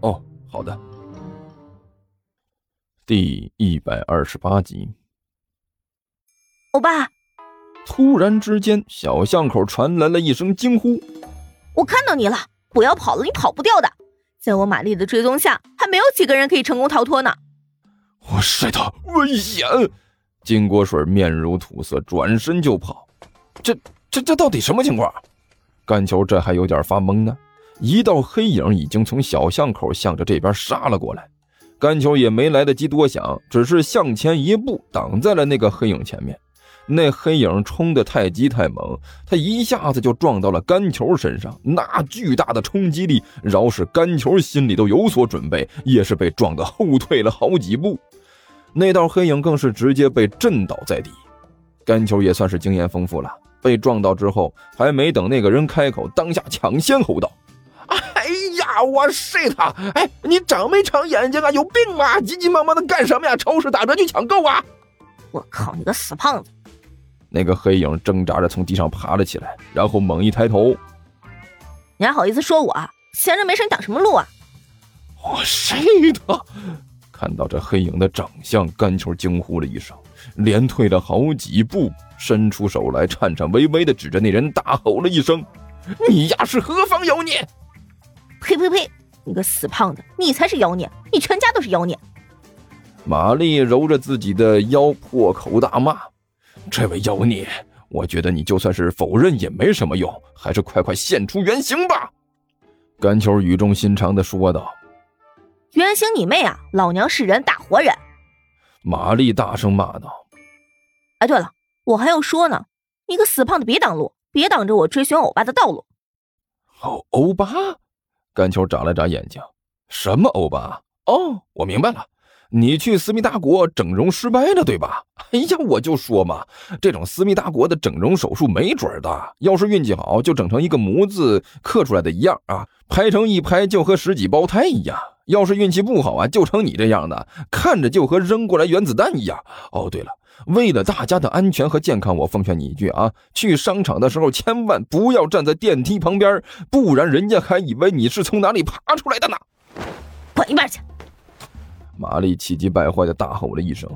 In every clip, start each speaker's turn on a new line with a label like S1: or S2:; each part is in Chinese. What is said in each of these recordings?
S1: 哦，好的。
S2: 第一百二十八集，
S3: 欧巴，
S2: 突然之间，小巷口传来了一声惊呼。
S3: 我看到你了！不要跑了，你跑不掉的。在我玛丽的追踪下，还没有几个人可以成功逃脱呢。
S2: 我摔他，危险！金锅水面如土色，转身就跑。这、这、这到底什么情况？干球这还有点发懵呢。一道黑影已经从小巷口向着这边杀了过来，甘球也没来得及多想，只是向前一步挡在了那个黑影前面。那黑影冲得太急太猛，他一下子就撞到了甘球身上，那巨大的冲击力饶是甘球心里都有所准备，也是被撞得后退了好几步。那道黑影更是直接被震倒在地。甘球也算是经验丰富了，被撞到之后，还没等那个人开口，当下抢先吼道。
S4: 哎呀，我睡他！哎，你长没长眼睛啊？有病吧？急急忙忙的干什么呀？超市打折去抢购啊！
S3: 我靠，你个死胖子！
S2: 那个黑影挣扎着从地上爬了起来，然后猛一抬头，
S3: 你还好意思说我啊？闲着没事你挡什么路啊？
S2: 我睡他！看到这黑影的长相，甘球惊呼了一声，连退了好几步，伸出手来，颤颤巍巍的指着那人大吼了一声：“
S4: 你呀是何方妖孽？”
S3: 呸呸呸！你个死胖子，你才是妖孽，你全家都是妖孽！
S2: 玛丽揉着自己的腰，破口大骂：“这位妖孽，我觉得你就算是否认也没什么用，还是快快现出原形吧！”甘球语重心长地说道：“
S3: 原形你妹啊！老娘是人，大活人！”
S2: 玛丽大声骂道：“
S3: 哎，对了，我还要说呢，你个死胖子，别挡路，别挡着我追寻欧巴的道路！”
S2: 哦，欧巴。甘球眨了眨眼睛，什么欧巴？哦，我明白了，你去思密达国整容失败了，对吧？ 哎呀，我就说嘛，这种思密达国的整容手术没准的，要是运气好，就整成一个模子刻出来的一样啊，拍成一拍就和十几胞胎一样；要是运气不好啊，就成你这样的，看着就和扔过来原子弹一样。哦，对了，为了大家的安全和健康，我奉劝你一句啊，去商场的时候千万不要站在电梯旁边，不然人家还以为你是从哪里爬出来的呢。
S3: 滚一边去！
S2: 玛丽气急败坏的大吼了一声：“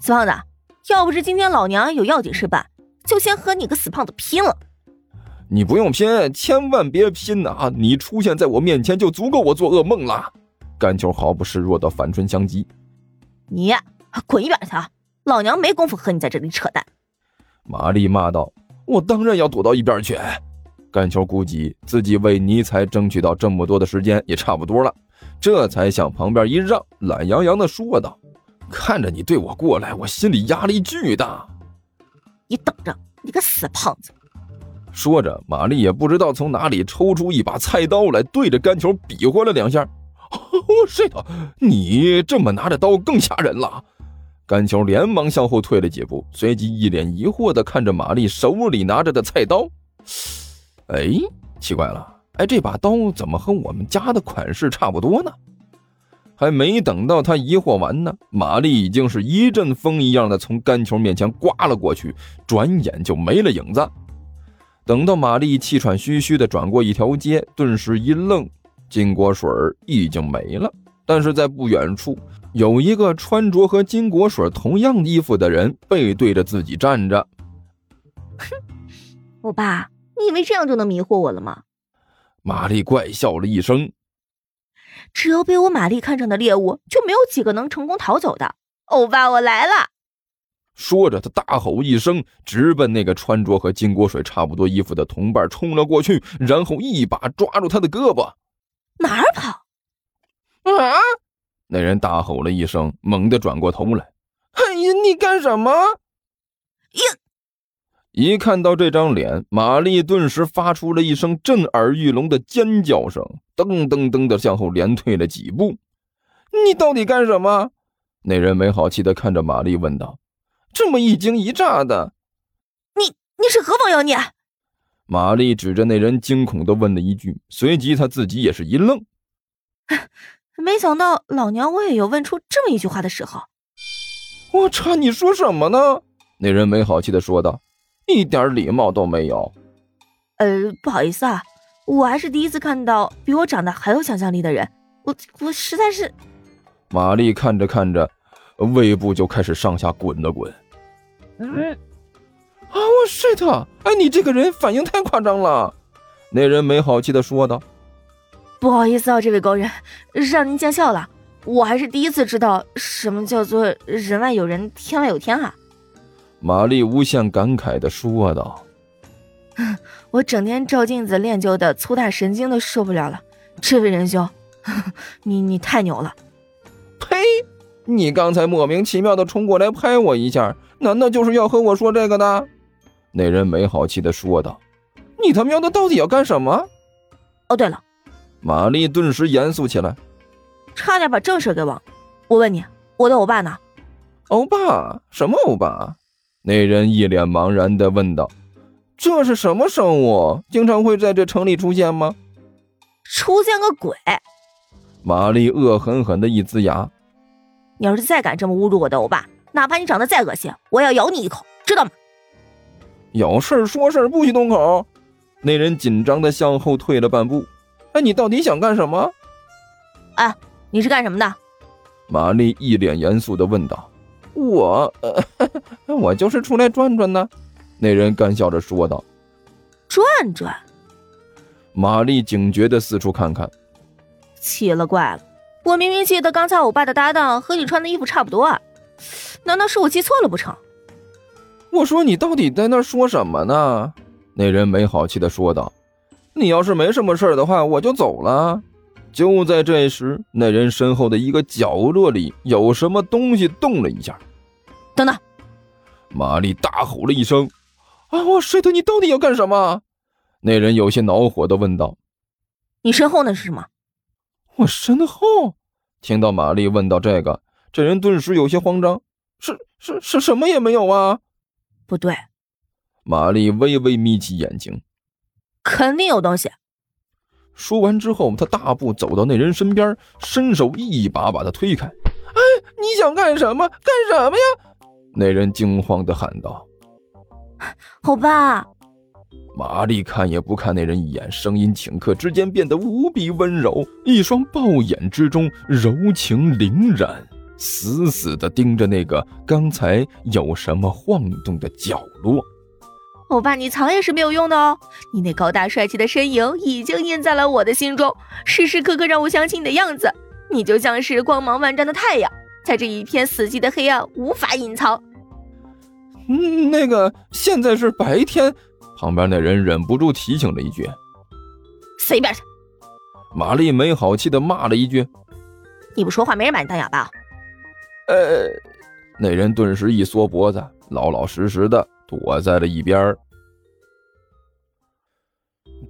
S3: 死胖子，啊要不是今天老娘有要紧事办，就先和你个死胖子拼了！
S2: 你不用拼，千万别拼呐、啊！你出现在我面前就足够我做噩梦了。”甘球毫不示弱的反唇相讥：“
S3: 你滚一边去啊！”老娘没工夫和你在这里扯淡！”
S2: 玛丽骂道，“我当然要躲到一边去。”甘球估计自己为尼才争取到这么多的时间也差不多了，这才向旁边一让，懒洋洋的说道：“看着你对我过来，我心里压力巨大。”
S3: 你等着，你个死胖子！
S2: 说着，玛丽也不知道从哪里抽出一把菜刀来，对着甘球比划了两下。“哦，是的，你这么拿着刀更吓人了。”甘球连忙向后退了几步，随即一脸疑惑地看着玛丽手里拿着的菜刀。哎，奇怪了，哎，这把刀怎么和我们家的款式差不多呢？还没等到他疑惑完呢，玛丽已经是一阵风一样的从甘球面前刮了过去，转眼就没了影子。等到玛丽气喘吁吁地转过一条街，顿时一愣，金果水已经没了。但是在不远处，有一个穿着和金果水同样衣服的人背对着自己站着。
S3: 哼，欧巴，你以为这样就能迷惑我了吗？
S2: 玛丽怪笑了一声。
S3: 只要被我玛丽看上的猎物，就没有几个能成功逃走的。欧巴，我来了！
S2: 说着，他大吼一声，直奔那个穿着和金果水差不多衣服的同伴冲了过去，然后一把抓住他的胳膊。
S3: 哪儿跑？
S4: 啊！
S2: 那人大吼了一声，猛地转过头来。
S4: 哎呀，你干什么？
S3: 呀！
S2: 一看到这张脸，玛丽顿时发出了一声震耳欲聋的尖叫声，噔噔噔的向后连退了几步。你到底干什么？那人没好气的看着玛丽问道：“这么一惊一乍的。
S3: 你是何方妖孽？”
S2: 玛丽指着那人惊恐的问了一句，随即她自己也是一愣。
S3: 没想到老娘我也有问出这么一句话的时候。
S2: 我操！你说什么呢？那人没好气的说道，一点礼貌都没有。
S3: 呃，不好意思啊，我还是第一次看到比我长得还有想象力的人，我我实在是……
S2: 玛丽看着看着，胃部就开始上下滚了滚。
S1: 嗯，
S2: 啊，我是他！哎，你这个人反应太夸张了。那人没好气的说道。
S3: 不好意思啊，这位高人，让您见笑了。我还是第一次知道什么叫做人外有人，天外有天啊！
S2: 玛丽无限感慨的说道
S3: 我整天照镜子练就的粗大神经都受不了了。这位仁兄， 你你太牛了！：“
S2: 呸！你刚才莫名其妙的冲过来拍我一下，难道就是要和我说这个的？”那人没好气的说道：“你他喵的到底要干什么
S3: 哦，对了，？”
S2: 玛丽顿时严肃起来。
S3: 差点把正事给忘。了。我问你，我的欧巴呢？
S2: 欧巴？什么欧巴？那人一脸茫然地问道：“这是什么生物？经常会在这城里出现吗
S3: 出现个鬼！？”
S2: 玛丽恶狠狠地一呲牙。
S3: 你要是再敢这么侮辱我的欧巴，哪怕你长得再恶心，我也要咬你一口，知道吗？
S2: 有事儿说事儿，不许动口。那人紧张地向后退了半步。哎，你到底想干什么？
S3: 你是干什么的？
S2: 玛丽一脸严肃地问道。我， 呃、我就是出来转转呢。那人干笑着说道。
S3: 转转，
S2: 玛丽警觉地四处看看。
S3: 奇了怪了，我明明记得刚才欧巴的搭档和你穿的衣服差不多啊，难道是我记错了不成？
S2: 我说你到底在那儿说什么呢？那人没好气的说道：“你要是没什么事儿的话，我就走了。”就在这时，那人身后的一个角落里有什么东西动了一下。
S3: 等等，
S2: 玛丽大吼了一声：“啊！我睡的，你到底要干什么？”那人有些恼火的问道
S3: 你身后那是什么？：“
S2: 我身后？”听到玛丽问到这个，这人顿时有些慌张：“是是是什么也没有啊
S3: 不对，！”
S2: 玛丽微微眯起眼睛。
S3: 肯定有东西。
S2: 说完之后，他大步走到那人身边，伸手一把把他推开。哎，你想干什么？干什么呀？那人惊慌地喊道。
S3: 欧巴，
S2: 玛丽看也不看那人一眼，声音顷刻之间变得无比温柔，一双豹眼之中柔情凛然，死死地盯着那个刚才有什么晃动的角落。
S3: 欧巴，你藏也是没有用的哦。你那高大帅气的身影已经印在了我的心中，时时刻刻让我想起你的样子。你就像是光芒万丈的太阳，在这一片死寂的黑暗无法隐藏。
S2: 嗯，那个现在是白天。旁边那人忍不住提醒了一句，
S3: 随便他，
S2: 玛丽没好气地骂了一句：“
S3: 你不说话没人把你当哑巴、哦。
S2: 呃，那人顿时一缩脖子，老老实实的躲在了一边儿。